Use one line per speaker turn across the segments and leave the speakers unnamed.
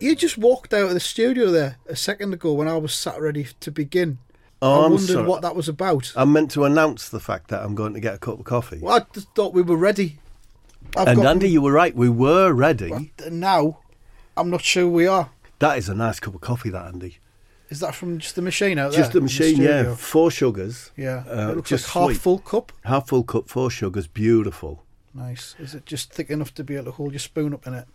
You just walked out of the studio there a second ago when I was sat ready to begin.
Oh,
I
I'm
wondered
sorry.
what that was about.
I meant to announce the fact that I'm going to get a cup of coffee.
well, I just thought we were ready. I've
and
got-
Andy, you were right. We were ready.
But now, I'm not sure we are.
That is a nice cup of coffee, that Andy.
Is that from just the machine out there?
Just the
in
machine, yeah.
studio?
Four sugars.
Yeah,
Uh,
it looks
just
like half
sweet.
full cup.
Half full cup, four sugars. Beautiful.
Nice. Is it just thick enough to be able to hold your spoon up in it?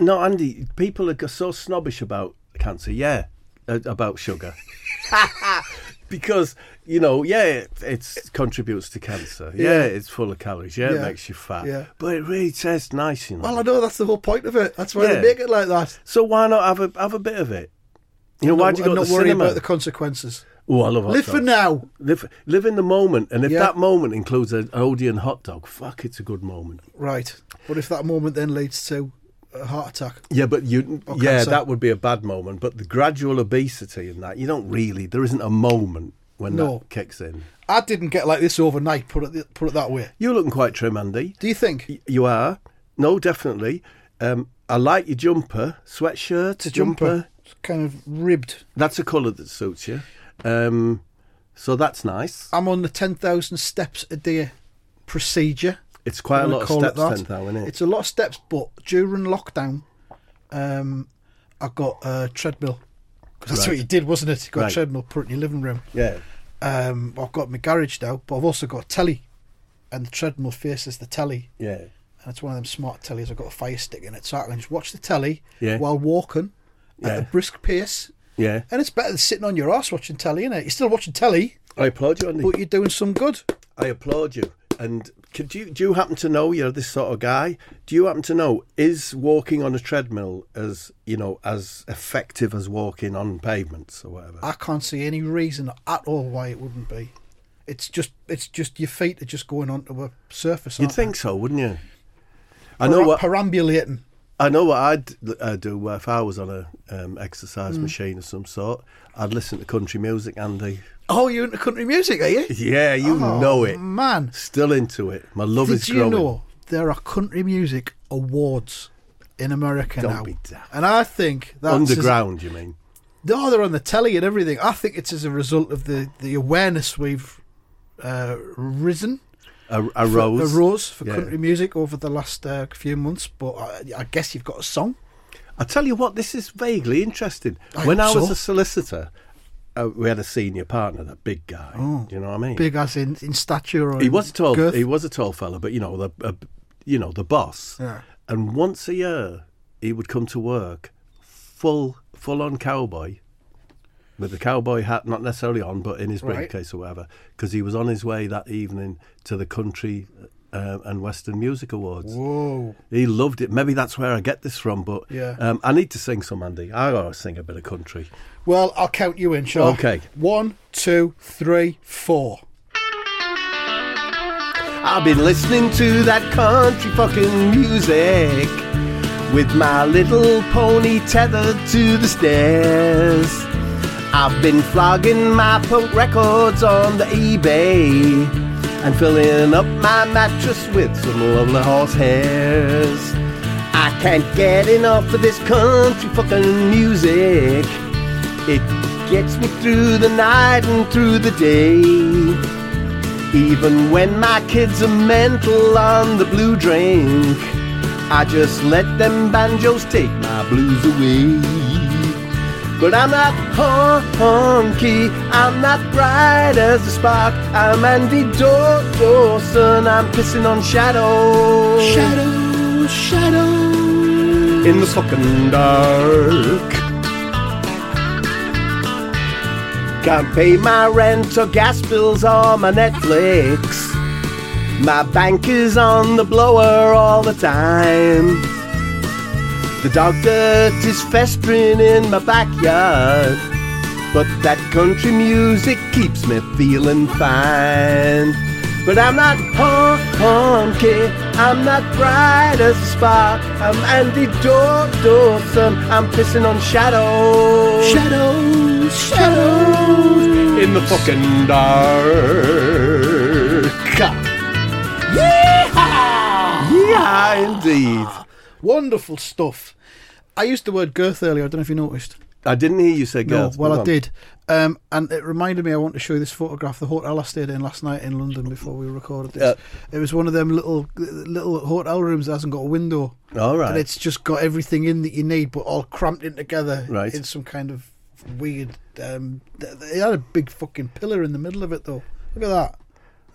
No, Andy, people are g- so snobbish about cancer. Yeah, uh, about sugar. because you know, yeah, it it's, contributes to cancer. Yeah,
Yeah.
it's full of calories. Yeah, it
Yeah.
makes you fat.
Yeah.
but it really tastes nice, you know.
Well, I know that's the whole point of it. That's why
Yeah.
they make it like that.
so why not have a have a bit of it? You know, why do you
and
go to
not
the
worry
cinema?
about the consequences.
oh, I love hot
Live for
dogs.
now.
Live, live in the moment, and if
Yeah.
that moment includes an Odeon hot dog, fuck, it's a good moment.
Right. But if that moment then leads to a heart attack,
Yeah, but you,
Or
yeah,
cancer.
that would be a bad moment. But the gradual obesity and that, you don't really. There isn't a moment when
No.
that kicks in.
I didn't get like this overnight. Put it th- put it that way.
You're looking quite trim, Andy.
Do you think?
Y- You are. No, definitely. Um, I like your jumper, sweatshirt,
It's a jumper. It's kind of ribbed.
That's a colour that suits you. Um, so that's nice.
I'm on the 10,000 steps a day procedure.
It's quite a
I'm gonna
lot of
call
steps,
that.
then, though, isn't it?
It's a lot of steps, but during lockdown, um, I got a treadmill. 'Cause that's
Right.
what you did, wasn't it? You got
Right.
a treadmill, put it in your living room.
yeah.
Um, I've got my garage now, but I've also got a telly. And the treadmill faces the telly.
Yeah.
And it's one of them smart tellies. I've got a fire stick in it. So I can just watch the telly
Yeah.
while walking
Yeah.
at a brisk pace.
Yeah.
And it's better than sitting on your ass watching telly, innit? You're still watching telly,
I applaud you, Andy.
but you're doing some good.
I applaud you. And could you do you happen to know you're this sort of guy? Do you happen to know is walking on a treadmill as you know as effective as walking on pavements or whatever?
I can't see any reason at all why it wouldn't be. It's just it's just your feet are just going onto a surface.
You'd
aren't they?
think so, wouldn't you? I
Para-
know what
perambulating.
I know what I'd uh, do if I was on a um, exercise
Hmm.
machine of some sort. I'd listen to country music, Andy.
Oh, you're into country music, are you?
Yeah, you
Oh,
know it.
man.
Still into it. My love is
Did you
growing.
know there are country music awards in America
Don't
now?
be daft.
And I think that's as-
Underground, you mean?
No, they're on the telly and everything. I think it's as a result of the the awareness we've uh, risen.
A, a rose.
for, a rose for
Yeah.
country music over the last uh, few months, but I, I guess you've got a song.
I tell you what, Oh, this is vaguely interesting.
I
when I
hope
was
so.
a solicitor, uh, we had a senior partner, that big guy. Do you know what I mean?
Oh. Big as in, in stature or
he
in
was a tall.
girth.
He was a tall fella, but you know the, uh, you know the boss.
Yeah.
And once a year, he would come to work, full full on cowboy, with the cowboy hat not necessarily on, but in his
Right.
briefcase or whatever, because he was on his way that evening to the country uh, and Western Music Awards.
Whoa.
He loved it. Maybe that's where I get this from, but
Yeah.
um, I need to sing some, Andy. I gotta sing a bit of country.
Well, I'll count you in, shall I?
Okay.
One, two, three, four.
I've been listening to that country fucking music with my little pony tethered to the stairs. I've been flogging my punk records on the eBay and filling up my mattress with some lovely horse hairs. I can't get enough of this country fucking music. It gets me through the night and through the day. Even when my kids are mental on the blue drink, I just let them banjos take my blues away. But I'm not hon- honky, I'm not bright as a spark. I'm Andy Daw- Dawson, I'm pissing on shadows.
Shadows. shadow.
in the fucking dark. Can't pay my rent or gas bills or my Netflix. My bank is on the blower all the time. The dog dirt is festering in my backyard. But that country music keeps me feeling fine. But I'm not hon- honky, I'm not bright as a spark. I'm Andy Dawson, I'm pissing on shadows.
Shadows, shadows.
in the fucking dark.
Yeehaw!
Yeah, indeed.
Ah, Wonderful stuff. I used the word girth earlier. I don't know if you noticed.
I didn't hear you say
No,
girls.
well,
Move
I
on.
did. Um, and it reminded me, I want to show you this photograph, the hotel I stayed in last night in London before we recorded this.
Yeah.
It was one of them little little hotel rooms that hasn't got a window.
All right.
And it's just got everything in that you need, but all cramped in together
Right.
in some kind of weird. Um, th- it had a big fucking pillar in the middle of it, though. Look at that.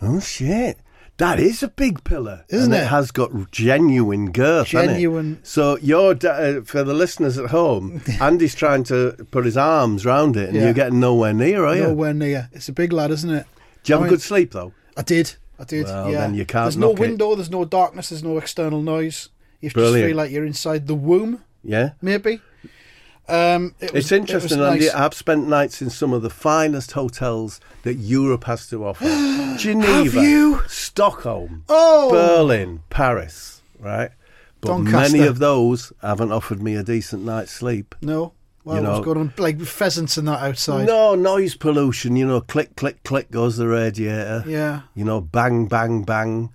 Oh shit. That is a big pillar,
Isn't
and
it?
has got r- genuine girth. hasn't it?
Genuine-
So you're d- uh, for the listeners at home. Andy's trying to put his arms round it, and
Yeah.
you're getting nowhere near, are you?
Nowhere near. It's a big lad, isn't it?
Do you have
I
a
mean-
good sleep though?
I did. I did.
Well,
yeah.
then you can't
There's no
knock it.
window. There's no darkness. There's no external noise. You just
Brilliant.
feel like you're inside the womb,
Yeah.
maybe. Um, it was,
It's interesting,
It was
Andy.
nice.
I've spent nights in some of the finest hotels that Europe has to offer: Geneva,
you?
Stockholm,
Oh.
Berlin, Paris. Right, but
Doncaster.
many of those haven't offered me a decent night's sleep.
no. Well,
You
what's
know-
going on? Like pheasants and that outside.
No noise pollution. You know, click, click, click goes the radiator.
Yeah.
You know, bang, bang, bang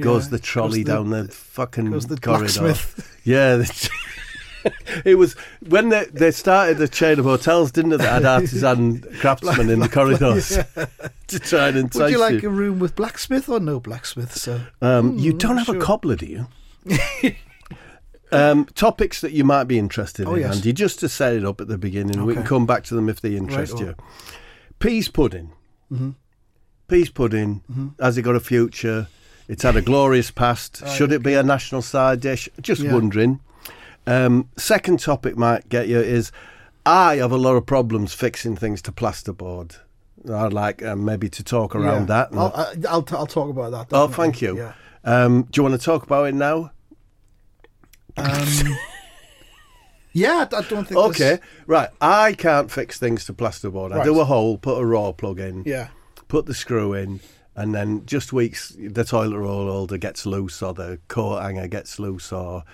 goes
Yeah,
the trolley
goes the-
down the fucking
goes the
corridor.
blacksmith.
Yeah. the- It was when they, they started the chain of hotels, didn't they? That had artisan craftsmen in the corridors to try and entice
Would you like Hmm, a
you.
room with blacksmith or no blacksmith, sir?
Um, you don't have a cobbler, do you? um, topics that you might be interested
Oh,
in,
yes.
Andy, just to set it up at the beginning. We can
Okay.
come back to them if they interest
Right,
you. Peas pudding.
Mm-hmm.
Peas pudding. Has it got a future? It's had a glorious past. Should it be a national side dish? Just
Yeah.
wondering. Um, second topic might get you is I have a lot of problems fixing things to plasterboard. I'd like um, maybe to talk around that. and-
I'll, I- I'll, t- I'll talk about that.
Oh,
definitely.
thank you.
Yeah.
Um, do you want to talk about it now?
Um, Yeah, I I don't think.
Okay,
there's-
right. I can't fix things to plasterboard. I
Right.
do a hole, put a raw plug in,
Yeah.
put the screw in, and then just weeks the toilet roll holder gets loose or the coat hanger gets loose or,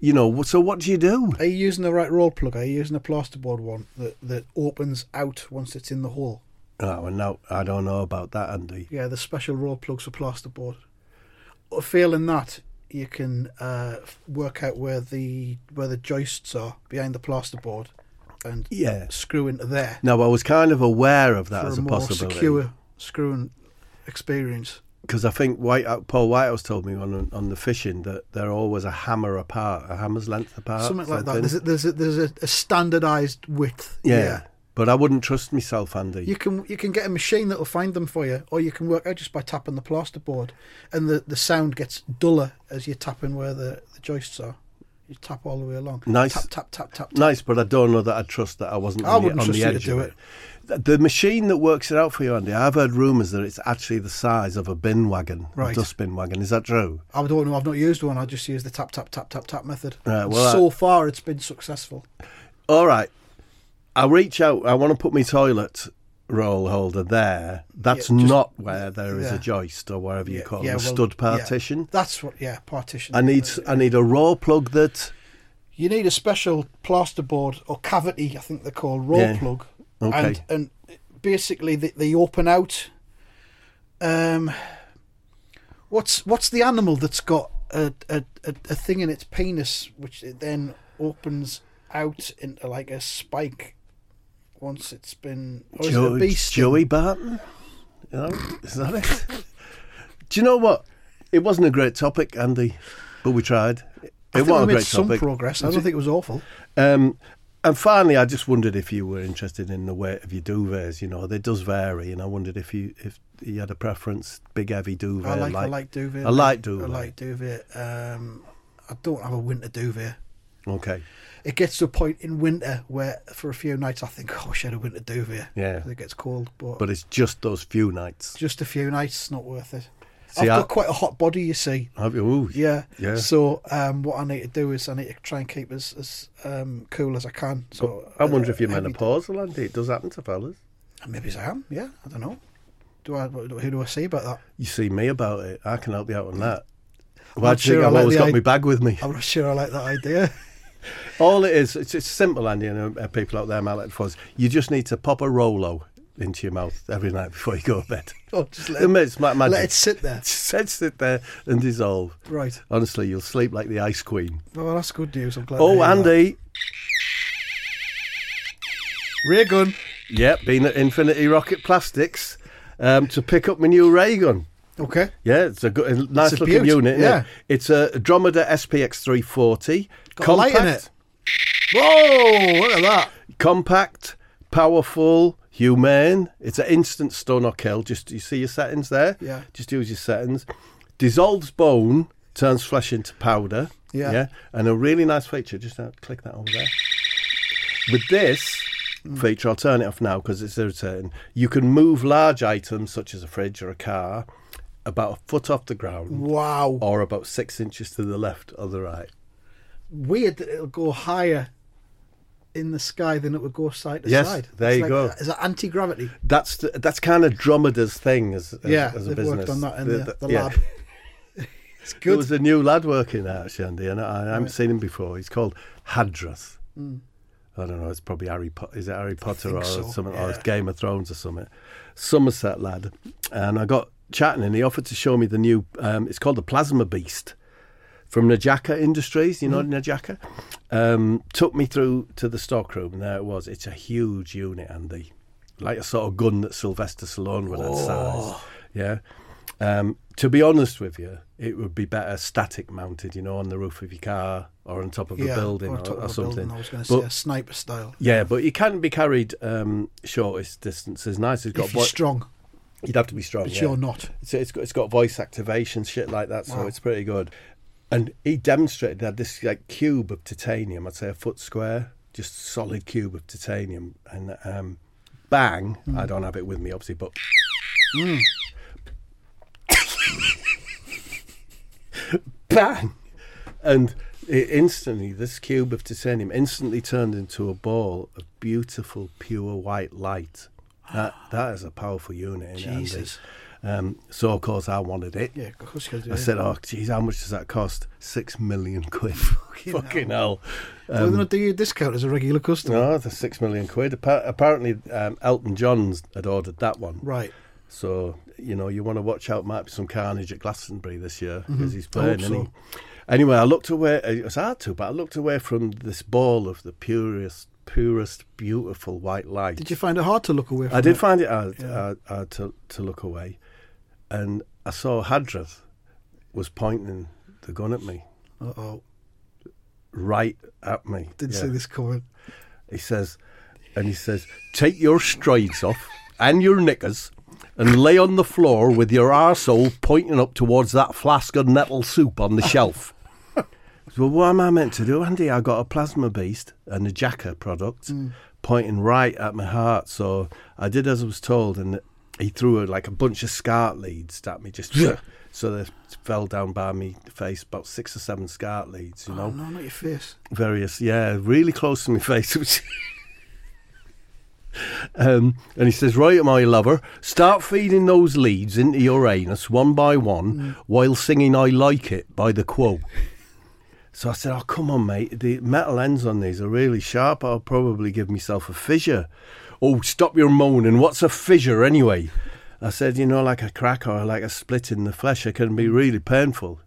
you know. So what do you do?
Are you using the right roll plug? Are you using a plasterboard one that, that opens out once it's in the hole?
Oh, well, no, I don't know about that, Andy.
Yeah, the special roll plugs for plasterboard. Or Failing that, you can uh, f- work out where the where the joists are behind the plasterboard and
Yeah.
screw into there
No, I was kind of aware of that
for
as
a
a
more
possibility.
secure screwing experience.
because I think White uh, Paul Whitehouse told me on on the fishing that they're always a hammer apart, a hammer's length apart,
Something like that.
something.
There's a, there's a, there's a, a standardized width.
Yeah. But I wouldn't trust myself, Andy.
You can you can get a machine that will find them for you, or you can work out just by tapping the plasterboard, and the, the sound gets duller as you're tapping where the, the joists are. You tap all the way along.
Nice.
Tap tap tap tap. tap.
nice, but I don't know that I'd trust that I wasn't
I
on the,
wouldn't
on
trust
the
you to
edge
do
of it. Th- The machine that works it out for you, Andy, I've heard rumours that it's actually the size of a bin wagon, a
Right.
dustbin wagon. Is that true?
I don't know. I've not used one. I just use the tap tap tap tap tap method.
Right, well,
so far, it's been successful.
All right. I reach out, I want to put my toilet roll holder there. That's
Yeah, just-
not where there is
yeah.
a joist or whatever you call it, a
well,
stud
yeah.
partition.
That's what. Yeah, partition.
I need I need a raw plug that
You need a special plasterboard or cavity, I think they're called, roll
Yeah.
plug.
Okay.
And, and basically, they, they open out. Um, what's what's the animal that's got a, a, a, a thing in its penis which it then opens out into like a spike once Oh, it's been. Or is it a
Joey,
bee sting?
Joey Barton. You know, is that it? Do you know what? It wasn't a great topic, Andy, but we tried.
I
It
think we
was a
made
great
some
topic.
progress. I don't think it was awful.
Um, and finally, I just wondered if you were interested in the weight of your duvets. You know, they does vary, and I wondered if you if you had a preference, big heavy duvet.
I like, I like duvet.
I like duvet.
I like duvet. Um, I don't have a winter duvet.
Okay.
It gets to a point in winter where, for a few nights, I think, oh, I should have winter duvet.
Yeah.
'Cause it gets cold, but,
But it's just those few nights.
just a few nights, it's not worth it.
See,
I've
I-
got quite a hot body, you see.
Have you? Ooh.
Yeah.
Yeah.
So um, what I need to do is I need to try and keep as as um, cool as I can. So
I wonder if you're
uh, every-
menopausal, Andy. It does happen to fellas.
Maybe I am. Yeah. I don't know. Do I? what- Who do I see about that?
You see me about it. I can help you out on that. Why
not
do
sure
you think
I
I've
like
always
the
got
i-
my bag with me?
I'm not sure I like that idea.
All it is, it's, it's simple, Andy, and uh, people out there might like it for us. You just need to pop a Rolo into your mouth every night before you go to bed.
Oh, just let,
It makes ma- magic.
let it sit there.
Just sit there and dissolve.
Right.
Honestly, you'll sleep like the ice queen.
Well, that's good news. I'm glad. to
Oh,
hear that.
Andy.
Ray gun.
Yep, been at Infinity Rocket Plastics um, to pick up my new ray gun.
Okay.
Yeah, it's a good, a nice
a
looking
beaut,
unit.
yeah.
Yeah, it's a Andromeda SPX 340.
Got a light in it. Whoa! Look at that.
compact, powerful, humane. It's an instant stun or kill. Just you see your settings there.
Yeah.
Just use your settings. Dissolves bone, turns flesh into powder.
Yeah.
Yeah. And a really nice feature. Just uh, click that over there. With this
Mm.
feature, I'll turn it off now because it's irritating. You can move large items such as a fridge or a car about a foot off the ground.
Wow.
Or about six inches to the left or the right.
Weird that it'll go higher in the sky than it would go side to
Yes,
side.
there
It's
you
like-
go.
Is that anti gravity?
That's the, that's kind of Dromeda's thing as, as,
Yeah,
as a
they've
business.
worked on that in the, the,
yeah.
lab. it's
There
good.
was a new lad working there, actually, Andy, and I, I haven't seen him before. He's called Hadrath. I don't know. It's probably Harry. Po- is it Harry Potter
Hmm. think
or
so,
something? Or it's
yeah.
Game of Thrones or something. Somerset lad, and I got chatting, and he offered to show me the new. Um, it's called the Plasma Beast from Najaka Industries. You know
Mm-hmm.
Najaka. Um, took me through to the stockroom, and there it was. It's a huge unit, Andy, like a sort of gun that Sylvester Stallone would
Oh.
have size. Yeah. Um, to be honest with you, it would be better static mounted, you know, on the roof of your car or on top of a building or,
on top
or
of a
something.
Building, I was going to
But-
say a sniper style.
yeah, but it can be carried um, shortest distances. Nice, it's got
If you're
voi-
strong,
you'd have to be strong.
but
yeah.
you're not.
It's, it's got it's got voice activation shit like that, so it's pretty good. And he demonstrated that this like cube of titanium, I'd say a foot square, just solid cube of titanium, and um, bang! I don't have it with me, obviously, but. bang! And it instantly, this cube of titanium instantly turned into a ball of beautiful, pure white light. That that is a powerful unit. Isn't
Jesus.
It, Andy? um, so of course I wanted it.
Yeah, of course you do.
I said, "Oh, geez, how much does that cost? Six million quid. Fucking, hell. Um,
well, they're not doing you a discount as a regular customer.
No, the six million quid. Appa- apparently, um, Elton John's had ordered that one.
Right.
So you know you want to watch out. Might be some carnage at Glastonbury this year because he's
Mm-hmm. hope
playing. isn't he?
so.
Anyway, I looked away. It was hard to, but I looked away from this ball of the purest, purest, beautiful white light.
Did you find it hard to look away from?
I did
it?
find it hard, hard, hard to to look away, and I saw Hadrath was pointing the gun at me,
Uh-oh.
right at me.
Didn't
Yeah.
see this coming.
He says, and he says, take your strides off and your knickers and lay on the floor with your arsehole pointing up towards that flask of nettle soup on the shelf. I said, well, what am I meant to do, Andy? I got a plasma beast and a Jacker product
Mm.
pointing right at my heart. So I did as I was told, and he threw uh, like a bunch of scart leads at me, just so they fell down by me face, about six or seven scart leads, you know
Oh, no, not your face.
various yeah really close to my face which um, and he says right my lover start feeding those leads into your anus one by one
Mm.
while singing i like it by the quo so i said oh come on mate the metal ends on these are really sharp i'll probably give myself a fissure oh stop your moaning what's a fissure anyway i said you know like a crack or like a split in the flesh it can be really painful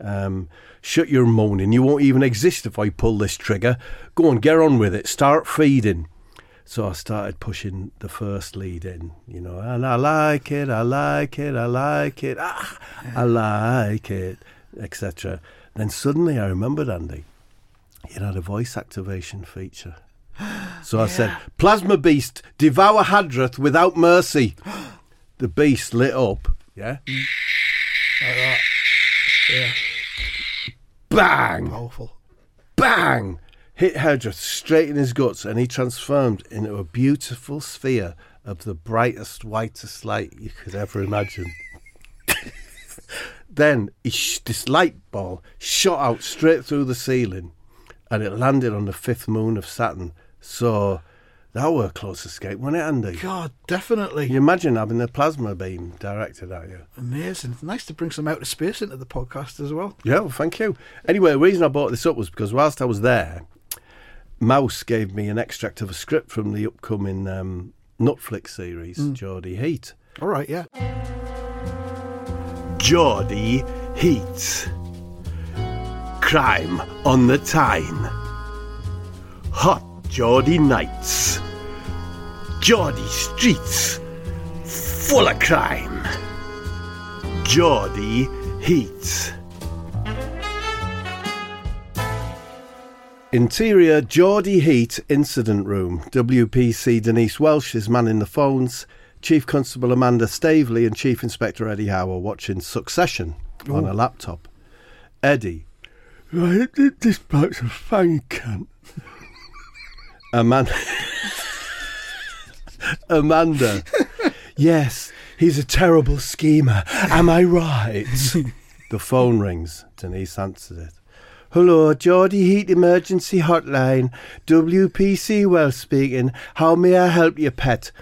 um, shut your moaning. You won't even exist if I pull this trigger. Go on, get on with it. Start feeding. So I started pushing the first lead in, you know, and I like it, I like it, I like it, ah, I like it, etc. Then suddenly I remembered, Andy, it had a voice activation feature. So I said, Plasma Beast, devour Hadrath without mercy. the beast lit up, yeah?
Like that. Yeah.
bang,
Powerful.
bang, hit Herdreth straight in his guts, and he transformed into a beautiful sphere of the brightest, whitest light you could ever imagine. then he sh- this light ball shot out straight through the ceiling, and it landed on the fifth moon of Saturn. So that were a close escape, wasn't it, Andy?
God, definitely.
Can you imagine having a plasma beam directed at you?
Amazing. It's nice to bring some outer space into the podcast as well.
Yeah, well, thank you. Anyway, the reason I brought this up was because whilst I was there, Mouse gave me an extract of a script from the upcoming um, Netflix series, Geordie Heat.
All right, yeah.
Geordie Heat. Crime on the Tyne. Hot Geordie nights. Geordie streets full of crime. Geordie Heat. Interior Geordie Heat Incident Room. WPC Denise Welsh is manning the phones. Chief Constable Amanda Staveley and Chief Inspector Eddie Howe are watching Succession on a laptop. Eddie. Right, this bloke's a fang cunt. Amanda. Amanda. yes, he's a terrible schemer. Am I right? the phone rings. Denise answers it. Hello, Geordie Heat Emergency Hotline. WPC Well speaking. How may I help you, pet?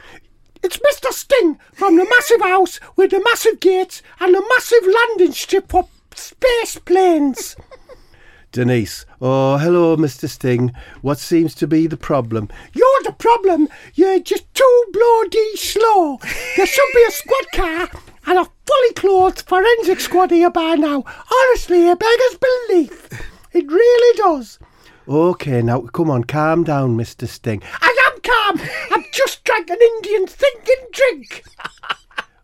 It's Mr. Sting from the massive house with the massive gates and the massive landing strip for space planes. Denise. Oh, hello, Mr. Sting. What seems to be the problem? You're the problem. You're just too bloody slow. There should be a squad car and a fully clothed forensic squad here by now. Honestly, it beggars belief. It really does. Okay, now come on, calm down, Mr. Sting. I am calm. I've just drank an Indian thinking drink.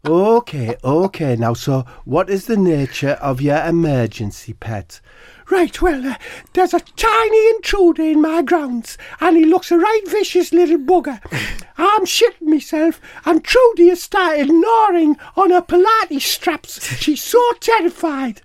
Okay, okay. Now, so what is the nature of your emergency pet? Right, well, uh, there's a tiny intruder in my grounds, and he looks a right vicious little bugger. I'm shitting myself, and Trudy has started gnawing on her Pilates straps. She's so terrified.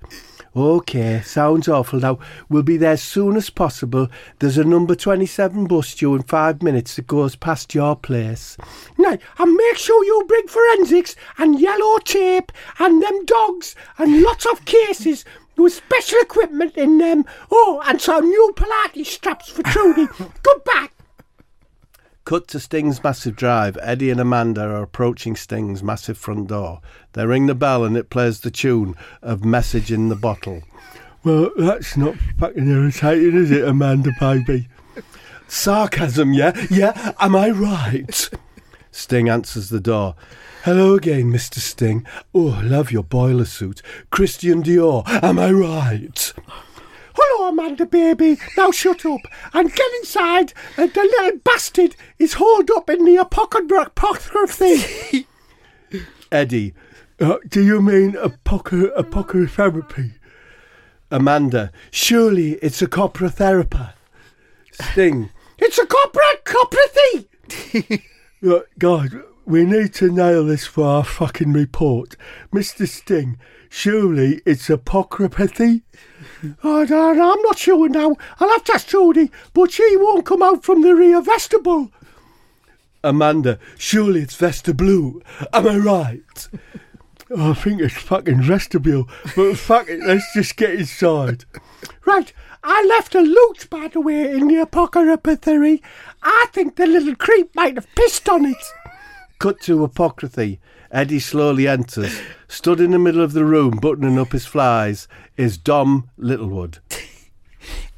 Okay, sounds awful. Now, we'll be there as soon as possible. There's a number 27 bus due in five minutes that goes past your place. Now, and make sure you bring forensics and yellow tape and them dogs and lots of cases with special equipment in them. Oh, and some new Pilates straps for Trudy. Goodbye. Cut to Sting's massive drive. Eddie and Amanda are approaching Sting's massive front door. They ring the bell and it plays the tune of Message in the Bottle. Well, that's not fucking irritating, is it, Amanda, baby? Sarcasm, yeah? Yeah, am I right? Sting answers the door. Hello again, Mr. Sting. Oh, love your boiler suit. Christian Dior, am I right? Hello, Amanda, baby. Now shut up and get inside. Uh, the little bastard is holed up in the apocryphy. Eddie, uh, do you mean apoca- apocryphy? Amanda, surely it's a copra Sting, it's a copra coprathy. Look, Uh, God, we need to nail this for our fucking report. Mr. Sting, surely it's apocrypathy? oh, no, no, I'm not sure now. I'll have to ask Trudy, but she won't come out from the rear vestibule. Amanda, surely it's vestibule. Am I right? Oh, I think it's fucking vestibule, but fuck it, let's just get inside. Right, I left a loot, by the way, in the apocalypthery. I think the little creep might have pissed on it. Cut to apocryphy. Eddie slowly enters, stood in the middle of the room, buttoning up his flies, is Dom Littlewood.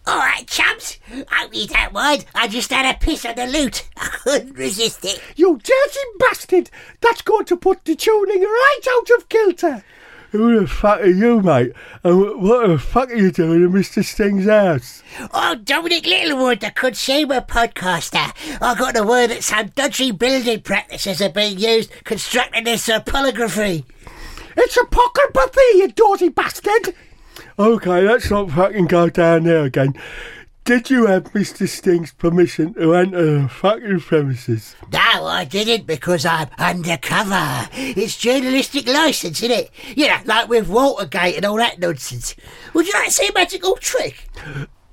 All right, chumps. I you don't mind. I just had a piss on the loot. I couldn't resist it.
You dirty bastard! That's going to put the tuning right out of kilter! Who the fuck are you, mate? And what the fuck are you doing in Mr. Sting's house?
I'm Oh, Dominic Littlewood, the consumer podcaster. I got the word that some dodgy building practices are being used constructing this apolography.
It's a pocketpathy, you dirty bastard! Okay, let's not fucking go down there again.
Did you have Mr. Sting's permission to enter the factory premises?
No, I didn't because I'm undercover. It's journalistic license, isn't it? You know, like with Watergate and all that nonsense. Would you like to see a magical trick?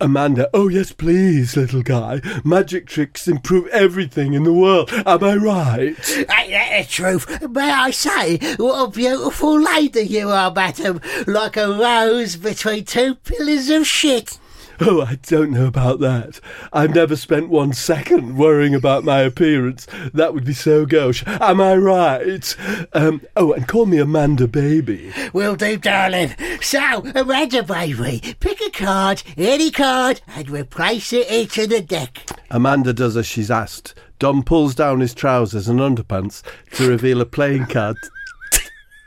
Amanda, oh yes, please, little guy. Magic tricks improve everything in the world. Am I right?
Ain't that the truth? May I say, what a beautiful lady you are, madam. Like a rose between two pillars of shit.
Oh, I don't know about that. I've never spent one second worrying about my appearance. That would be so gauche. Am I right? Um, oh, and call me Amanda Baby.
Will do, darling. So, Amanda, baby, pick a card, any card, and we'll place it into the deck.
Amanda does as she's asked. Dom pulls down his trousers and underpants to reveal a playing card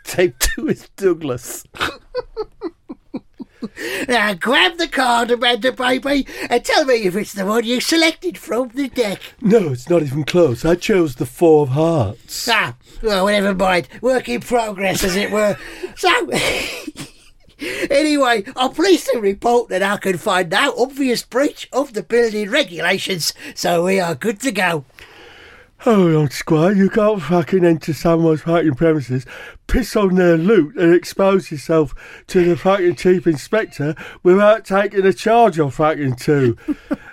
taped to his Douglas.
Now, grab the card, Amanda, baby, and tell me if it's the one you selected from the deck.
No, it's not even close. I chose the Four of Hearts.
Ah, well, never mind. Work in progress, as it were. So, anyway, I'm pleased to report that I can find no obvious breach of the building regulations, so we are good to go.
Hold on, Squire. You can't fucking enter someone's fucking premises, piss on their loot, and expose yourself to the fucking chief inspector without taking a charge on fucking two.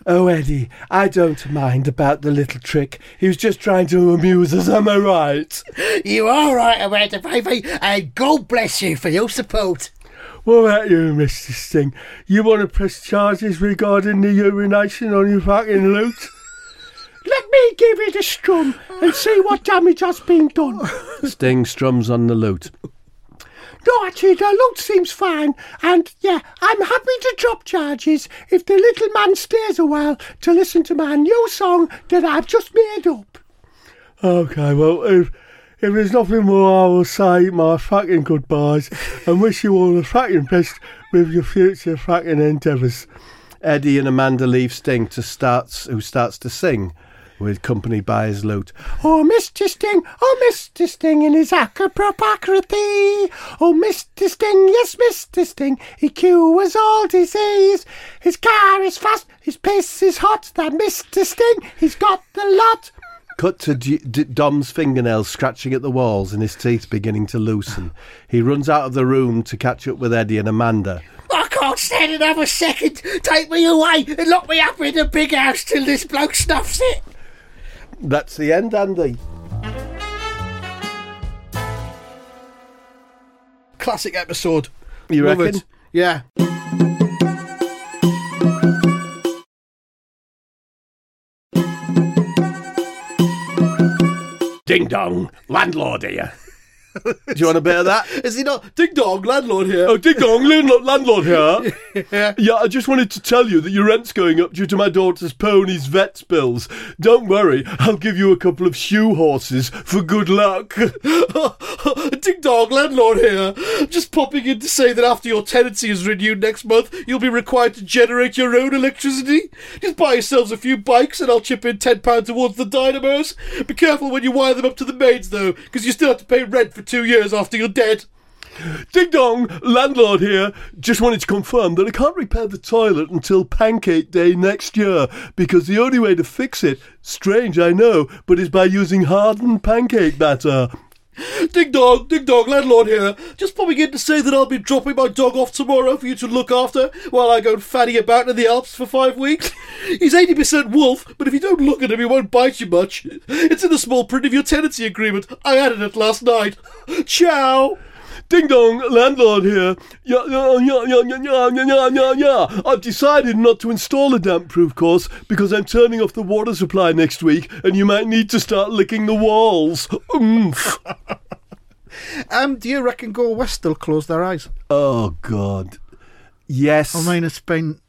oh, Eddie, I don't mind about the little trick. He was just trying to amuse us, am I right?
You are right, Amanda, baby, and God bless you for your support.
What about you, Mr. Sting? You want to press charges regarding the urination on your fucking loot? Let me give it a strum and see what damage has been done.
Sting strums on the lute.
No, actually, the loot seems fine. And yeah, I'm happy to drop charges if the little man stays a while to listen to my new song that I've just made up. Okay, well, if, if there's nothing more, I will say my fucking goodbyes and wish you all the fucking best with your future fucking endeavours.
Eddie and Amanda leave Sting to starts who starts to sing, with company by his lute.
Oh, Mr. Sting, oh, Mr. Sting in his acropocrity. Oh, Mr. Sting, yes, Mr. Sting, he cures all disease. His car is fast, his piss is hot, that Mr. Sting, he's got the lot.
Cut to D- D- Dom's fingernails scratching at the walls and his teeth beginning to loosen. He runs out of the room to catch up with Eddie and Amanda.
I can't stand another second. Take me away and lock me up in the big house till this bloke stuffs it.
That's the end, Andy.
Classic episode.
You
Love
reckon?
it. Yeah.
Ding dong, landlord here. Do you want a bit of that?
Is he not ding dong landlord here?
Oh, ding dong, landlord, landlord here. Yeah, I just wanted to tell you that your rent's going up due to my daughter's pony's vet's bills. Don't worry, I'll give you a couple of shoe horses for good luck.
Ding dong, landlord here. Just popping in to say that after your tenancy is renewed next month, you'll be required to generate your own electricity. Just buy yourselves a few bikes and I'll chip in £10 towards the dynamos. Be careful when you wire them up to the maids, though, because you still have to pay rent for two years after you're dead.
Ding dong, landlord here. Just wanted to confirm that I can't repair the toilet until Pancake Day next year because the only way to fix it, strange I know, but is by using hardened pancake batter.
Ding dong, ding dong, landlord here. Just popping in to say that I'll be dropping my dog off tomorrow for you to look after while I go and fanny about in the Alps for five weeks. He's 80% wolf, but if you don't look at him, he won't bite you much. It's in the small print of your tenancy agreement. I added it last night. Ciao!
Ding dong, landlord here. Yeah, yeah, yeah, yeah, yeah, yeah, yeah, yeah, yeah, yeah. I've decided not to install a damp proof course because I'm turning off the water supply next week and you might need to start licking the walls. Oomph.
Um, do you reckon Go West they'll close their eyes?
Oh, God. Yes.
I mean, it's been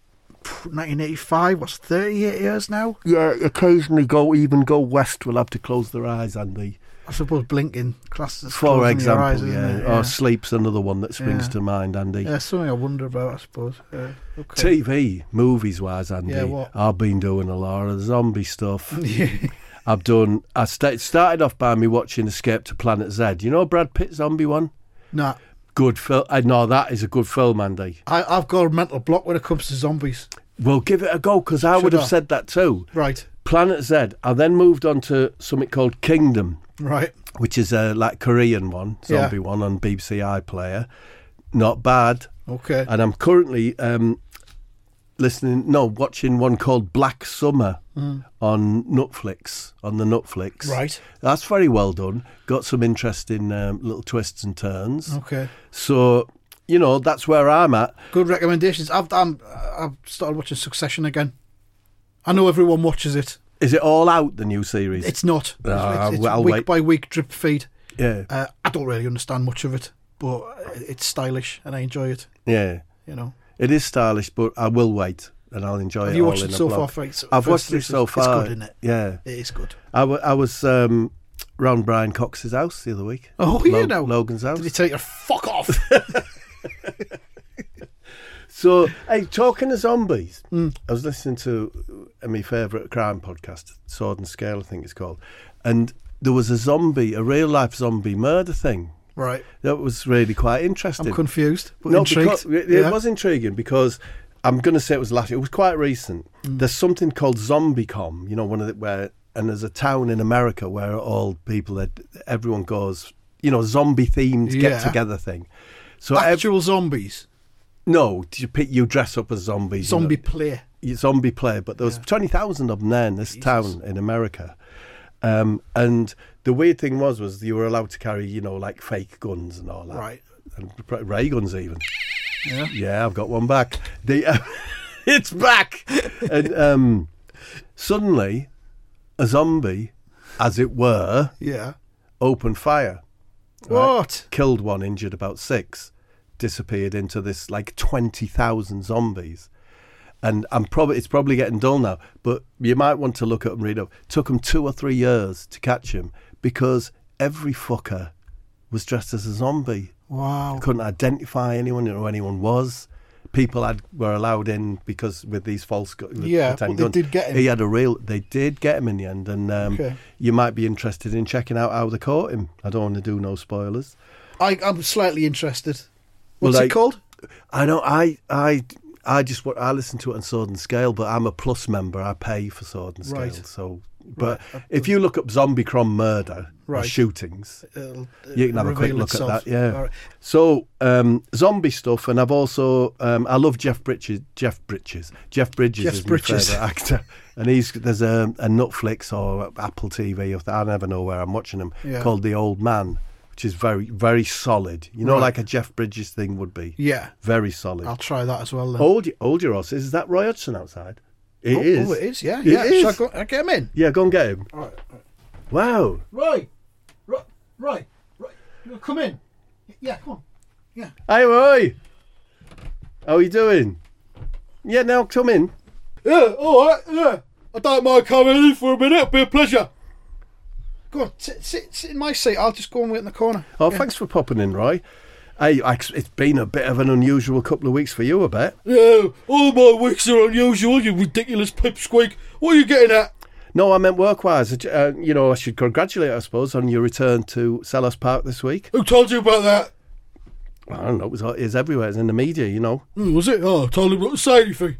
1985, what's 38 years now?
yeah, occasionally go even go west. We'll have to close their eyes, Andy.
I suppose blinking classes.
For example, yeah.
it?
Or sleep's another one that springs
Yeah.
to mind, Andy.
Yeah, something I wonder about, I suppose. Yeah, okay.
TV, movies wise, Andy.
Yeah, what?
I've been doing a lot of zombie stuff. I've done. I sta started off by me watching Escape to Planet Z. You know Brad Pitt zombie one.
Nah,
Good film. No, uh, that is a good film, Andy.
I, I've got a mental block when it comes to zombies.
Well, give it a go because I would
Should
have
I?
said that too.
Right.
Planet Z. I then moved on to something called Kingdom,
Right.
which is a like Korean one,
Yeah.
zombie one on BBC iPlayer. Not bad.
Okay.
And I'm currently um, listening, no, watching one called Black Summer on Netflix. On the Netflix,
Hmm. Right.
That's very well done. Got some interesting um, little twists and turns.
Okay.
So you know that's where I'm at.
Good recommendations. I've done. I've started watching Succession again. I know everyone watches it.
Is it all out the new series?
It's not. It's-
Ah,
it's it's
well, I'll
week
wait.
by week drip feed.
yeah,
Uh, I don't really understand much of it, but it's stylish and I enjoy it.
yeah.
You know.
It is stylish, but I will wait and I'll enjoy
Have
it.
you
all
watched
in
it
a
so
blog.
far, Frank? So-
I've
first
watched
three
it so
seasons. It's
far.
good, isn't it?
Yeah,
It is good.
I, w- I was um, round Brian Cox's house the other week.
Oh,
Lo-
you know.
Logan's house.
Did he tell you to fuck off?
So, hey, talking of zombies,
Mm.
I was listening to uh, my favourite crime podcast, Sword and Scale, I think it's called, and there was a zombie, a real life zombie murder thing.
right.
That was really quite interesting.
I'm confused, but
No,
intrigued.
because- it,
Yeah.
it was intriguing because I'm going to say it was last. It was quite recent.
Mm.
There's something called ZombieCom. You know, one of the, where and there's a town in America where all people, that everyone goes, you know, zombie themed
Yeah.
get together thing. So ev-
actual zombies,
no, you pick, you dress up as zombies. you know,
zombie play.
y- zombie play, but there was twenty thousand of them there in this town in America. Um, and the weird thing was, was you were allowed to carry, you know, like fake guns and all that,
Right.
And pr- ray guns even.
Yeah.
Yeah, I've got one back. The, uh, it's back. and um, suddenly, a zombie, as it were,
Yeah.
opened fire,
What?
killed one, injured about six, disappeared into this like twenty thousand zombies. And I'm probably it's probably getting dull now, but you might want to look up and read up. Took them two or three years to catch him because every fucker was dressed as a zombie.
Wow.
couldn't identify anyone or who anyone was. People had were allowed in because with these false gu- with
Yeah, but
pretend
they
guns.
did get him.
He had a real. They did get him in the end, and um,
Okay.
you might be interested in checking out how they caught him. I don't want to do no spoilers.
I, I'm slightly interested.
Well,
What's
like-
it called?
I don't. I I I just wa- I listen to it on Sword and Scale, but I'm a plus member. I pay for Sword and Scale,
Right. uh,
so. But if you look up zombie crom murder or
Right.
shootings,
It'll, it'll
you can have a quick
reveal
look
itself.
at that. Yeah.
All right.
So um, zombie stuff, and I've also um, I love Jeff Bridges. Jeff Bridges. Jeff Bridges
Jeff
is
Bridges.
my favorite actor, and he's there's a, a Netflix or Apple TV. Or th- I never know where I'm watching him.
Yeah.
Called The Old Man, which is very very solid. You know,
Right.
like a Jeff Bridges thing would be.
Yeah.
Very solid.
I'll try that as well. Then.
Hold your, hold your horses. Is that Roy Hodgson outside? It
Oh,
is.
oh, it is. Yeah.
It
yeah.
is.
Shall I go, I get him in?
Yeah, go and get him. Wow.
Right. Right. Right. Right. Come in. Yeah. Come on.
Hey, Roy. How are you doing? Yeah, now come in.
Yeah.
Oh,
All right. Yeah. I don't mind coming in for a minute. It'll be a pleasure. Go on. Sit, sit, sit in my seat. I'll just go and wait in the corner.
Oh, thanks for popping in, Roy. Hey, I- it's been a bit of an unusual couple of weeks for you, I bet.
Yeah. All my weeks are unusual. You ridiculous pipsqueak. What are you getting at?
No, I meant work-wise. Uh, you know, I should congratulate, I suppose, on your return to Selhurst Park this week.
Who told you about that?
I don't know, it was, it was everywhere. It was in the media, you know.
Mm, Was it? Oh, I told him not to say anything.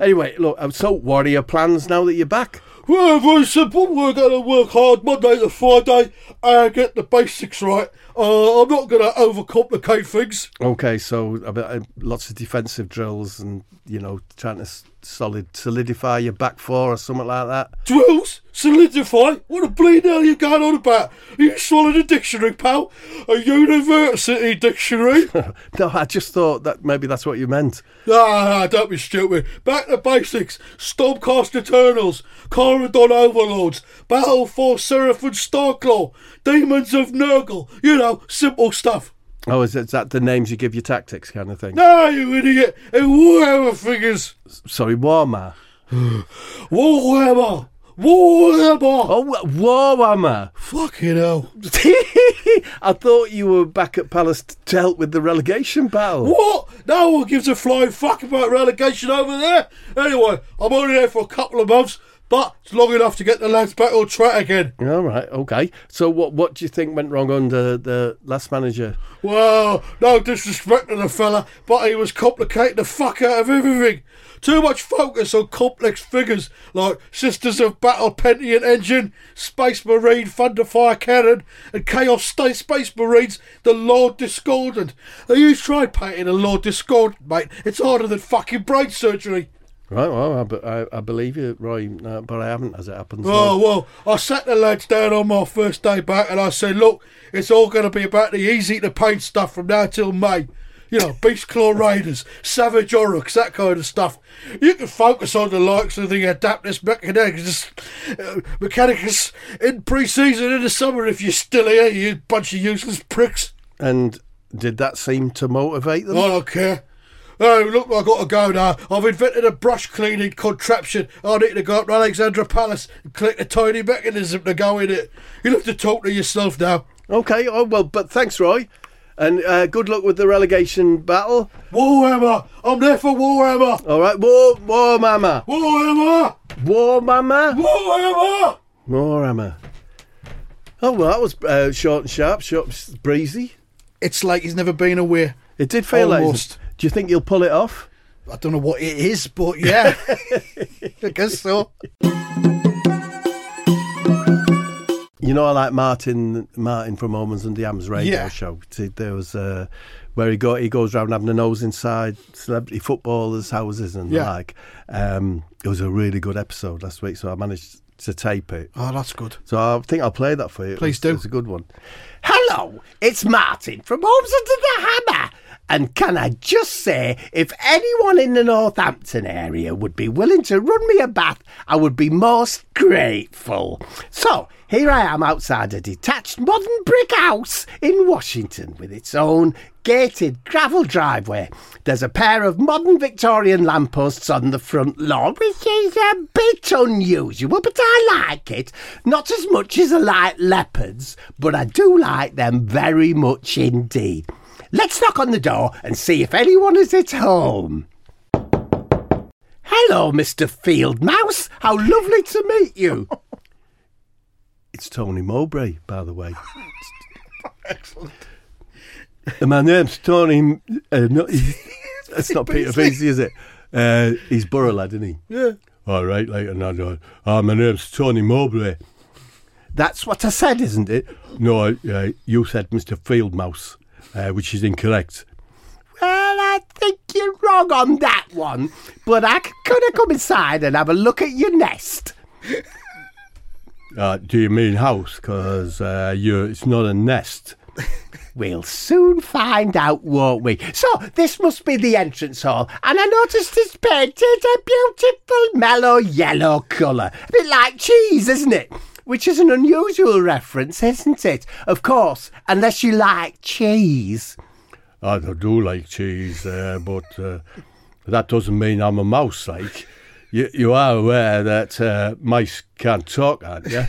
Anyway, look, uh, so what are your plans now that you're back?
Well, very simple. We're going to work hard Monday to Friday and get the basics right. Uh, I'm not going to overcomplicate things.
Okay, so a bit, uh, lots of defensive drills and, you know, trying to s- solid solidify your back four or something like that.
Drills, solidify. What the bleeding hell are you going on about? You swallowed a dictionary, pal. A university dictionary.
No, I just thought that maybe that's what you meant.
Nah, nah, don't be stupid. Back to basics. Stormcast Eternals, Corridon Overlords, Battle for Seraph and Starclaw, Demons of Nurgle. You know, simple stuff.
Oh, is, is that the names you give your tactics kind of thing?
No, you idiot! It Warhammer figures!
Sorry, Warhammer.
Warhammer! Warhammer!
Oh, Wa- Warhammer.
Fucking hell.
I thought you were back at Palace to help with the relegation battle.
What? No one gives a flying fuck about relegation over there. Anyway, I'm only there for a couple of months. But it's long enough to get the lads back on track again.
All right, okay. So what what do you think went wrong under the last manager?
Well, no disrespect to the fella, but he was complicating the fuck out of everything. Too much focus on complex figures like Sisters of Battle Pentium Engine, Space Marine Thunderfire Cannon, and Chaos State Space Marines, the Lord Discordant. Now, You try painting a Lord Discordant, mate. It's harder than fucking brain surgery.
Right, well, I, be- I, I believe you, Roy, uh, but I haven't, as it happens.
Oh,
no.
well, I sat the lads down on my first day back and I said, look, it's all going to be about the easy to paint stuff from now till May. You know, Beast Claw Raiders, Savage Oryx, that kind of stuff. You can focus on the likes of the Adaptus Mechanicus, uh, Mechanicus in pre season in the summer if you're still here, you bunch of useless pricks.
And did that seem to motivate them?
I don't care. Oh, look, i got to go now. I've invented a brush cleaning contraption. I need to go up to Alexandra Palace and click a tiny mechanism to go in it. You'll have to talk to yourself now.
Okay, oh, well, but thanks, Roy. And uh, good luck with the relegation battle.
Warhammer! I'm there for Warhammer!
All right, war, war, mama.
Warhammer!
War, Oh, mama.
Warhammer!
War, mama. Oh, well, that was uh, short and sharp, short, breezy.
It's like he's never been away.
It did feel
Almost.
like. Do you think you'll pull it off?
I don't know what it is, but yeah, I guess so.
You know, I like Martin Martin from Omens and Diam's radio
Yeah.
show. See, There was uh, where he go he goes round having a nose inside celebrity footballers' houses and the
Yeah.
like. Um, it was a really good episode last week, so I managed to tape it.
Oh, that's good.
So I think I'll play that for you. It
Please
was-
do.
It's a good one.
Hello, it's Martin from Homes Under the Hammer. And can I just say, if anyone in the Northampton area would be willing to run me a bath, I would be most grateful. So, here I am outside a detached modern brick house in Washington with its own gated gravel driveway. There's a pair of modern Victorian lampposts on the front lawn, which is a bit unusual, but I like it. Not as much as I like leopards, but I do like them very much indeed. Let's knock on the door and see if anyone is at home. Hello, Mr. Field Mouse. How lovely to meet you.
It's Tony Mowbray, by the way. Excellent. My name's Tony. Uh, not, that's not Peter Veazey, is it? Uh, he's Borough lad, isn't he? Yeah. All right, like another. Uh, my name's Tony Mowbray.
That's what I said,
Isn't it? No, uh, you said Mr. Field Mouse, uh, which is incorrect.
Well, I think you're wrong on that one, but I c- could have come inside and have a look at your nest.
Uh, do you mean house? Because uh, you, it's not a nest.
We'll soon find out, won't we? So, this must be the entrance hall, and I noticed it's painted a beautiful mellow yellow colour. A bit like cheese, isn't it? Which is an unusual reference, isn't it? Of course, unless you like cheese.
I do like cheese, uh, but uh, that doesn't mean I'm a mouse. Like, you, you are aware that uh, mice can't talk, aren't you?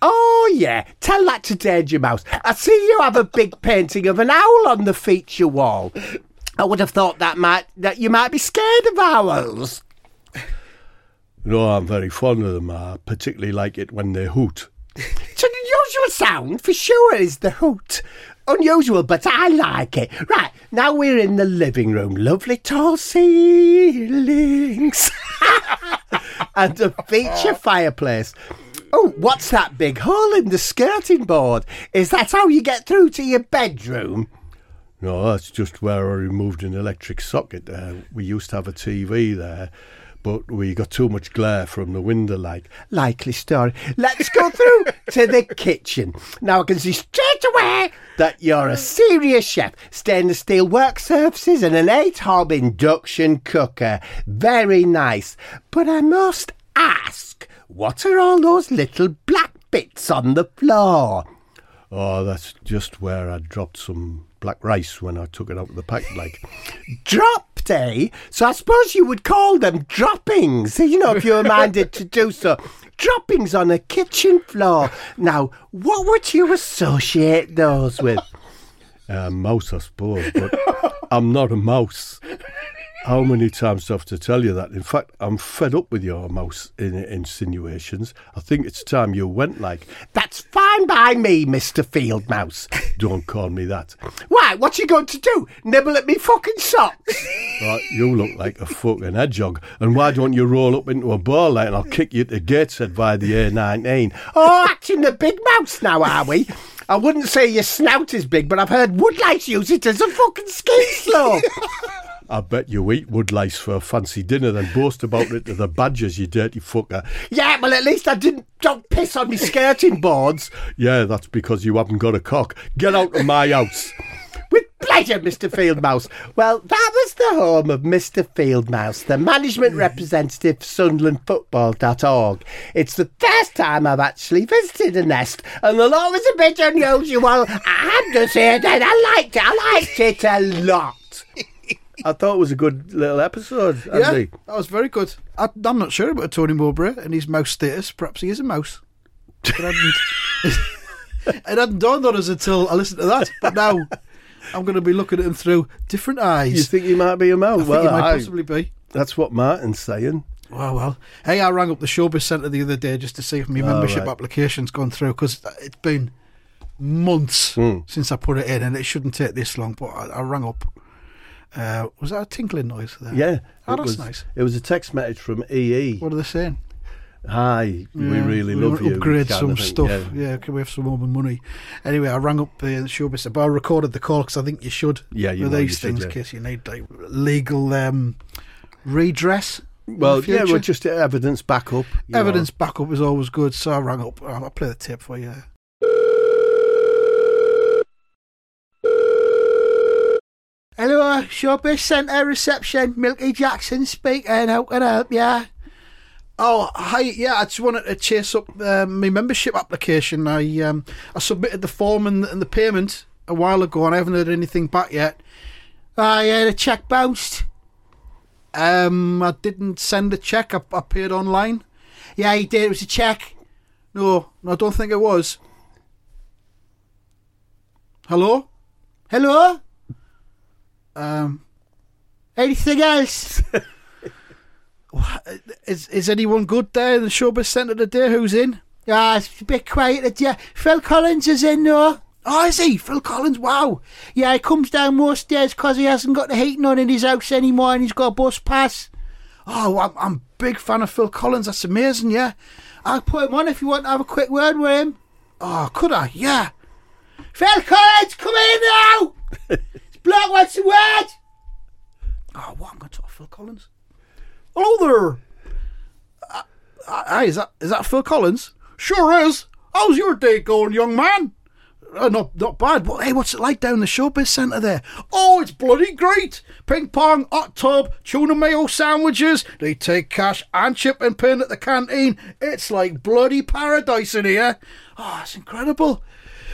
Oh, yeah. Tell that to Danger Mouse. I see you have a big painting of an owl on the feature wall. I would have thought that might that you might be scared of owls.
no, I'm very fond of them. I particularly like it when they hoot.
It's an unusual sound for sure is the hoot. Unusual, but I like it. Right, now we're in the living room. Lovely tall ceilings. and a feature fireplace. Oh, what's that big hole in the skirting board? Is that how you get through to your bedroom?
No, that's just where I removed an electric socket. Uh, we used to have a TV there, but we got too much glare from the window light.
likely story. Let's go through to the kitchen. Now I can see straight away that you're a serious chef. Stainless steel work surfaces and an eight hob induction cooker. Very nice. But I must ask, what are all those little black bits on the floor?
Oh, that's just where I dropped some black rice when I took it out of the pack. Like,
dropped, eh? So I suppose you would call them droppings, you know, if you were minded to do so. Droppings on a kitchen floor. Now, what would you associate those with? Uh,
a mouse, I suppose, but I'm not a mouse. How many times do I have to tell you that? In fact, I'm fed up with your mouse in- insinuations. I think it's time you went like,
That's fine by me, Mr. Field Mouse.
don't call me that.
Why, what you going to do? Nibble at me fucking socks?
Right, you look like a fucking hedgehog. And why don't you roll up into a ball like and I'll kick you to Gateshead by the A19?
oh, acting the big mouse now, are we? I wouldn't say your snout is big, but I've heard woodlice use it as a fucking ski slope.
I bet you eat woodlice for a fancy dinner, then boast about it to the badgers, you dirty fucker.
yeah, well, at least I didn't don't piss on me skirting boards.
Yeah, that's because you haven't got a cock. Get out of my house.
With pleasure, Mr. Fieldmouse. Well, that was the home of Mr. Fieldmouse, the management representative for SunderlandFootball.org. It's the first time I've actually visited a nest, and the law was a bit unusual. I had to say that I liked it. I liked it a lot.
I thought it was a good little episode,
Yeah,
Andy.
that was very good. I, I'm not sure about Tony Mowbray and his mouse status. Perhaps he is a mouse. But I hadn't, it hadn't dawned on us until I listened to that. But now I'm going to be looking at him through different eyes.
You think you might be a mouse?
I think
well,
he might
I-
possibly be.
that's what Martin's saying.
Well, well. Hey, I rang up the Showbiz Centre the other day just to see if my membership
right.
application's gone through because it's been months
Hmm.
since I put it in and it shouldn't take this long. But I, I rang up. Uh, was that a tinkling noise there?
Yeah.
Oh,
it
that's
was,
nice.
It was a text message from EE.
What are they saying?
Hi, we
Yeah,
really
we
love
wanna
you.
Upgrade
kind
some
of thing,
stuff.
yeah.
Yeah. can we have some more money? Anyway, I rang up uh, the showbiz, centre, but I recorded the call because I think you should.
Yeah, you
with
know you
these
should,
things,
yeah.
in case you need like, legal um, redress. in
Well,
the
yeah,
future.
well, just evidence back up. you know.
evidence backup is always good. So I rang up. I'll I'll play the tape for you. Hello, showbiz centre reception. Milky Jackson speaking. How can I help you? Oh, hi. Yeah, I just wanted to chase up um, my membership application. I um, I submitted the form and, and the payment a while ago, and I haven't heard anything back yet. Ah, yeah, the check bounced. Um, I didn't send a check. I, I paid online. Yeah, he did. It was a check. No, no, I don't think it was. Hello, hello. Um, anything else? Wha- is is anyone good there in the showbiz centre today? Who's in? Ah, it's a bit quiet today. Phil Collins is in though. Oh, is he? Phil Collins, wow. Yeah, he comes down most days 'cause he hasn't got the heating on in his house anymore and he's got a bus pass. Oh, I'm, I'm a big fan of Phil Collins. That's amazing, yeah. I'll put him on if you want to have a quick word with him. Oh, could I? Yeah. Phil Collins, come in now! this bloke wants a word! Oh, what? I'm going to talk to Phil Collins. Hello there! Uh, hi, is that, is that Phil Collins? Sure is. How's your day going, young man? Uh, not not bad. But hey, what's it like down the showbiz centre there? Oh, it's bloody great! Ping pong, hot tub, tuna mayo sandwiches. They take cash and chip and pin at the canteen. It's like bloody paradise in here. Oh, it's incredible.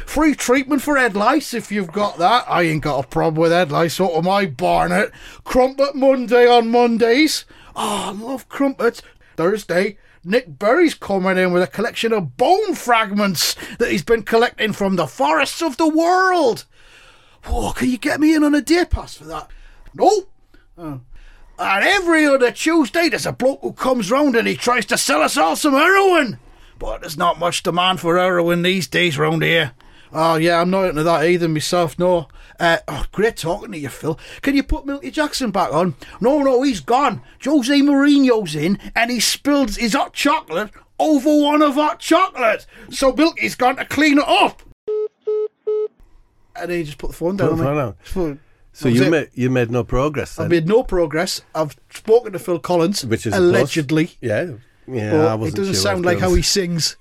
Free treatment for head lice if you've got that. I ain't got a problem with head lice. What am I, Barnett? Crumpet Monday on Mondays. Oh, I love crumpets. Thursday, Nick Berry's coming in with a collection of bone fragments that he's been collecting from the forests of the world. Whoa, can you get me in on a day pass for that? Nope. And Uh. every other Tuesday, there's a bloke who comes round and he tries to sell us all some heroin. But there's not much demand for heroin these days round here. Oh, yeah, I'm not into that either myself, no. Uh, oh, great talking to you, Phil. Can you put Milky Jackson back on? No, no, he's gone. Jose Mourinho's in and he spilled his hot chocolate over one of our chocolates. So Milky's gone to clean it up. And he just put the phone down.
Put the
on me.
phone down.
Just put-
So
That was
you
it.
made you made no progress then,
I've made no progress. I've spoken to Phil Collins,
which is a plus.
allegedly.
Yeah, yeah.
but
I
it
wasn't
doesn't
sure
sound
if
like
there
how he
was-
sings.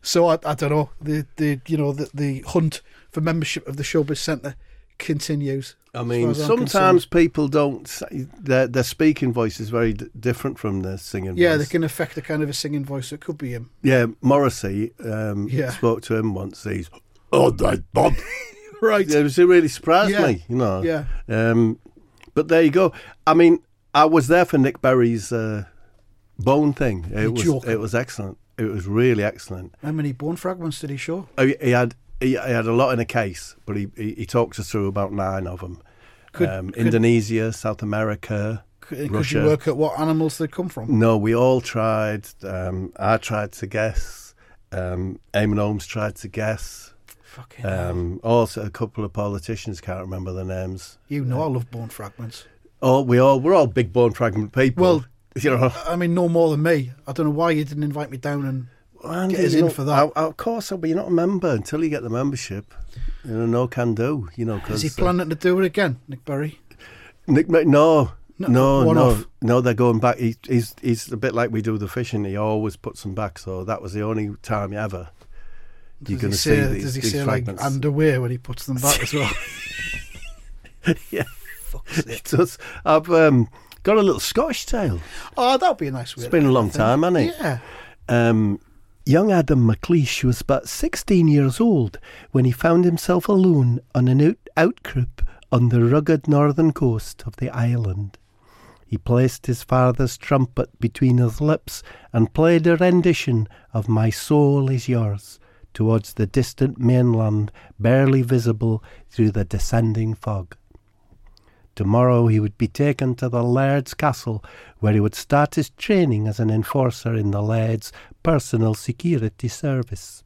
So I, I don't know. The the you know the the hunt for membership of the Showbiz Centre continues.
I
as
mean,
far as I'm
sometimes
concerned.
people don't. Say, their their speaking voice is very d- different from their singing.
yeah, they
voice.
can affect the kind of a singing voice. It could be him.
Yeah, Morrissey um,
Yeah.
spoke to him once. He's oh, that Bob.
Right.
It, was, it really surprised
Yeah.
me, you know.
Yeah.
Um, but there you go. I mean, I was there for Nick Berry's uh, bone thing. It was
joking.
it was excellent. It was really excellent.
How many bone fragments did he show?
He, he had he, he had a lot in a case, but he, he, he talked us through about nine of them.
Could-
um,
could-
Indonesia, South America.
Because you
Russia.
work at what animals they come from.
No, we all tried. Um, I tried to guess. Um, Eamon Holmes tried to guess.
Fucking
Um, also, a couple of politicians can't remember the names.
You know I love bone fragments.
Oh, we all we're all big bone fragment people.
Well,
you
Uh-huh.
know,
I mean, no more than me. I don't know why you didn't invite me down and
Andy,
get us
you
in
know,
for that.
I- I- of course, but you're not a member until you get the membership. You know, no can do. You know, uh,
Is
because
he
uh,
planning to do it again, Nick Berry?
Nick, Nick, no, no, no,
one
no,
off.
They're going back. He, he's he's a bit like we do the fishing. He always puts them back. So that was the only time ever
Does
you're
he
going to see
say,
these,
does he
these
say
fragments.
like underwear when he puts them back as well?
yeah, it does. I've um, got a little Scottish tale.
oh, that would be a nice way.
It's
to
been a
end
long
it.
time, hasn't it?
Yeah.
Um, young Adam MacLeish was but 16 years old when he found himself alone on an out- outcrop on the rugged northern coast of the island. He placed his father's trumpet between his lips and played a rendition of My Soul Is Yours towards the distant mainland, barely visible through the descending fog. Tomorrow he would be taken to the Laird's Castle, where he would start his training as an enforcer in the Laird's Personal Security Service.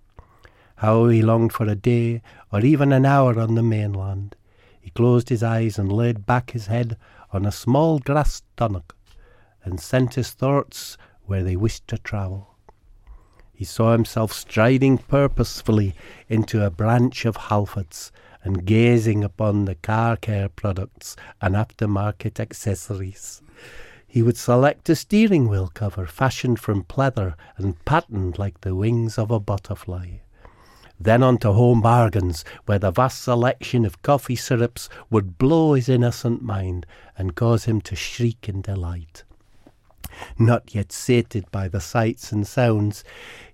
How he longed for a day or even an hour on the mainland. He closed his eyes and laid back his head on a small grass dunnock and sent his thoughts where they wished to travel. He saw himself striding purposefully into a branch of Halfords and gazing upon the car care products and aftermarket accessories. He would select a steering wheel cover fashioned from pleather and patterned like the wings of a butterfly. Then on to home bargains, where the vast selection of coffee syrups would blow his innocent mind and cause him to shriek in delight not yet sated by the sights and sounds,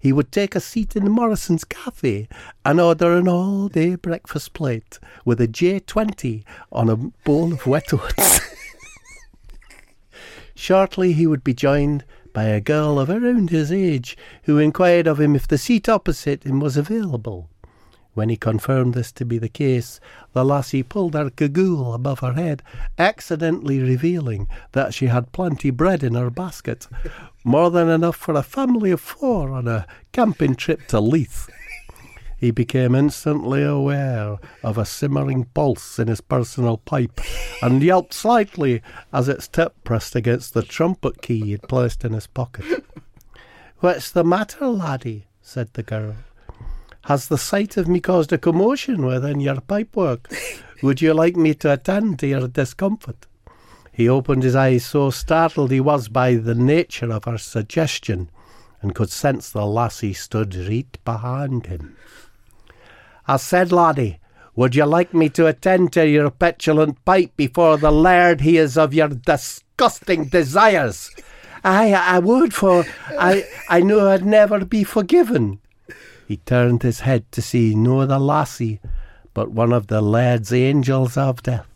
he would take a seat in Morrison's cafe and order an all day breakfast plate with a J20 on a bowl of wet oats. Shortly, he would be joined by a girl of around his age who inquired of him if the seat opposite him was available. When he confirmed this to be the case, the lassie pulled her cagoule above her head, accidentally revealing that she had plenty bread in her basket, more than enough for a family of four on a camping trip to Leith. He became instantly aware of a simmering pulse in his personal pipe and yelped slightly as its tip pressed against the trumpet key he had placed in his pocket. What's the matter, laddie? said the girl. Has the sight of me caused a commotion within your pipework? Would you like me to attend to your discomfort? He opened his eyes, so startled he was by the nature of her suggestion, and could sense the lassie stood right behind him. I said, laddie, would you like me to attend to your petulant pipe before the laird hears of your disgusting desires? Aye, I would, for I, I knew I'd never be forgiven. He turned his head to see no other lassie, but one of the laird's angels of death,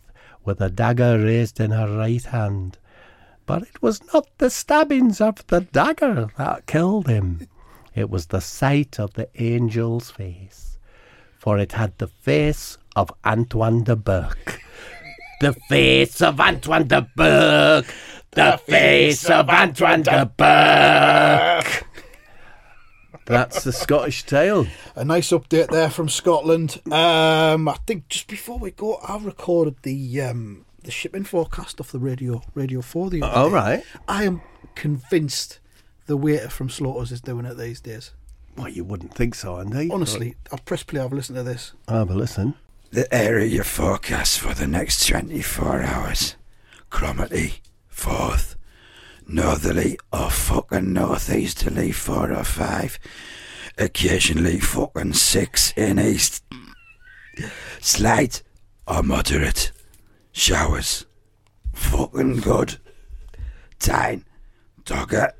with a dagger raised in her right hand. But it was not the stabbings of the dagger that killed him. It was the sight of the angel's face, for it had the face of Antoine de Burke. The face of Antoine de Burke! The face of Antoine de Burke! That's the Scottish tale.
A nice update there from Scotland. Um, I think just before we go, I recorded the um, the shipping forecast off the radio Radio Four. The other
All
day.
right.
I am convinced the waiter from Slaughters is doing it these days.
Well, you wouldn't think so, Andy.
Honestly, I'll press play. I've listened to this.
Have a listen.
The area you forecast for the next 24 hours. Cromarty, 4th. Northerly or fucking northeasterly 4 or 5. Occasionally fucking 6 in east. Slight or moderate. Showers. Fucking good. Tyne, Dogger.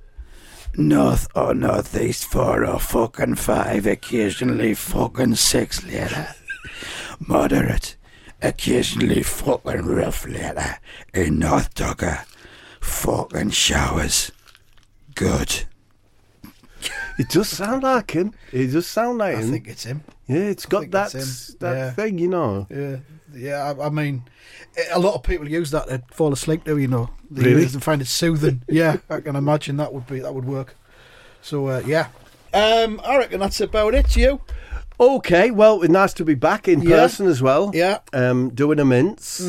North or northeast 4 or fucking 5. Occasionally fucking 6 later moderate, occasionally fucking rough letter in North Dogger. Fucking showers. Good.
It does sound like him. It does sound like
I
him.
think it's him.
yeah, it's got
think
that
it's him.
that
Yeah.
thing, you know.
Yeah, Yeah, I, I mean, a lot of people use that to fall asleep. Do you know? They
Really?
use it and find it soothing. yeah, I can imagine that would be that would work. So uh, yeah, um, I reckon that's about it. You?
Okay, well, it's nice to be back in
Yeah.
person as well.
Yeah. Mm-hmm.
Um, doing a mince.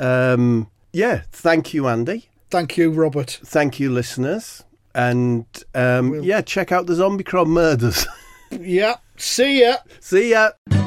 Um, yeah, thank you, Andy.
Thank you, Robert.
Thank you, listeners. And um, yeah, check out the Zombie Zombicron Murders.
Yeah. See ya.
See ya.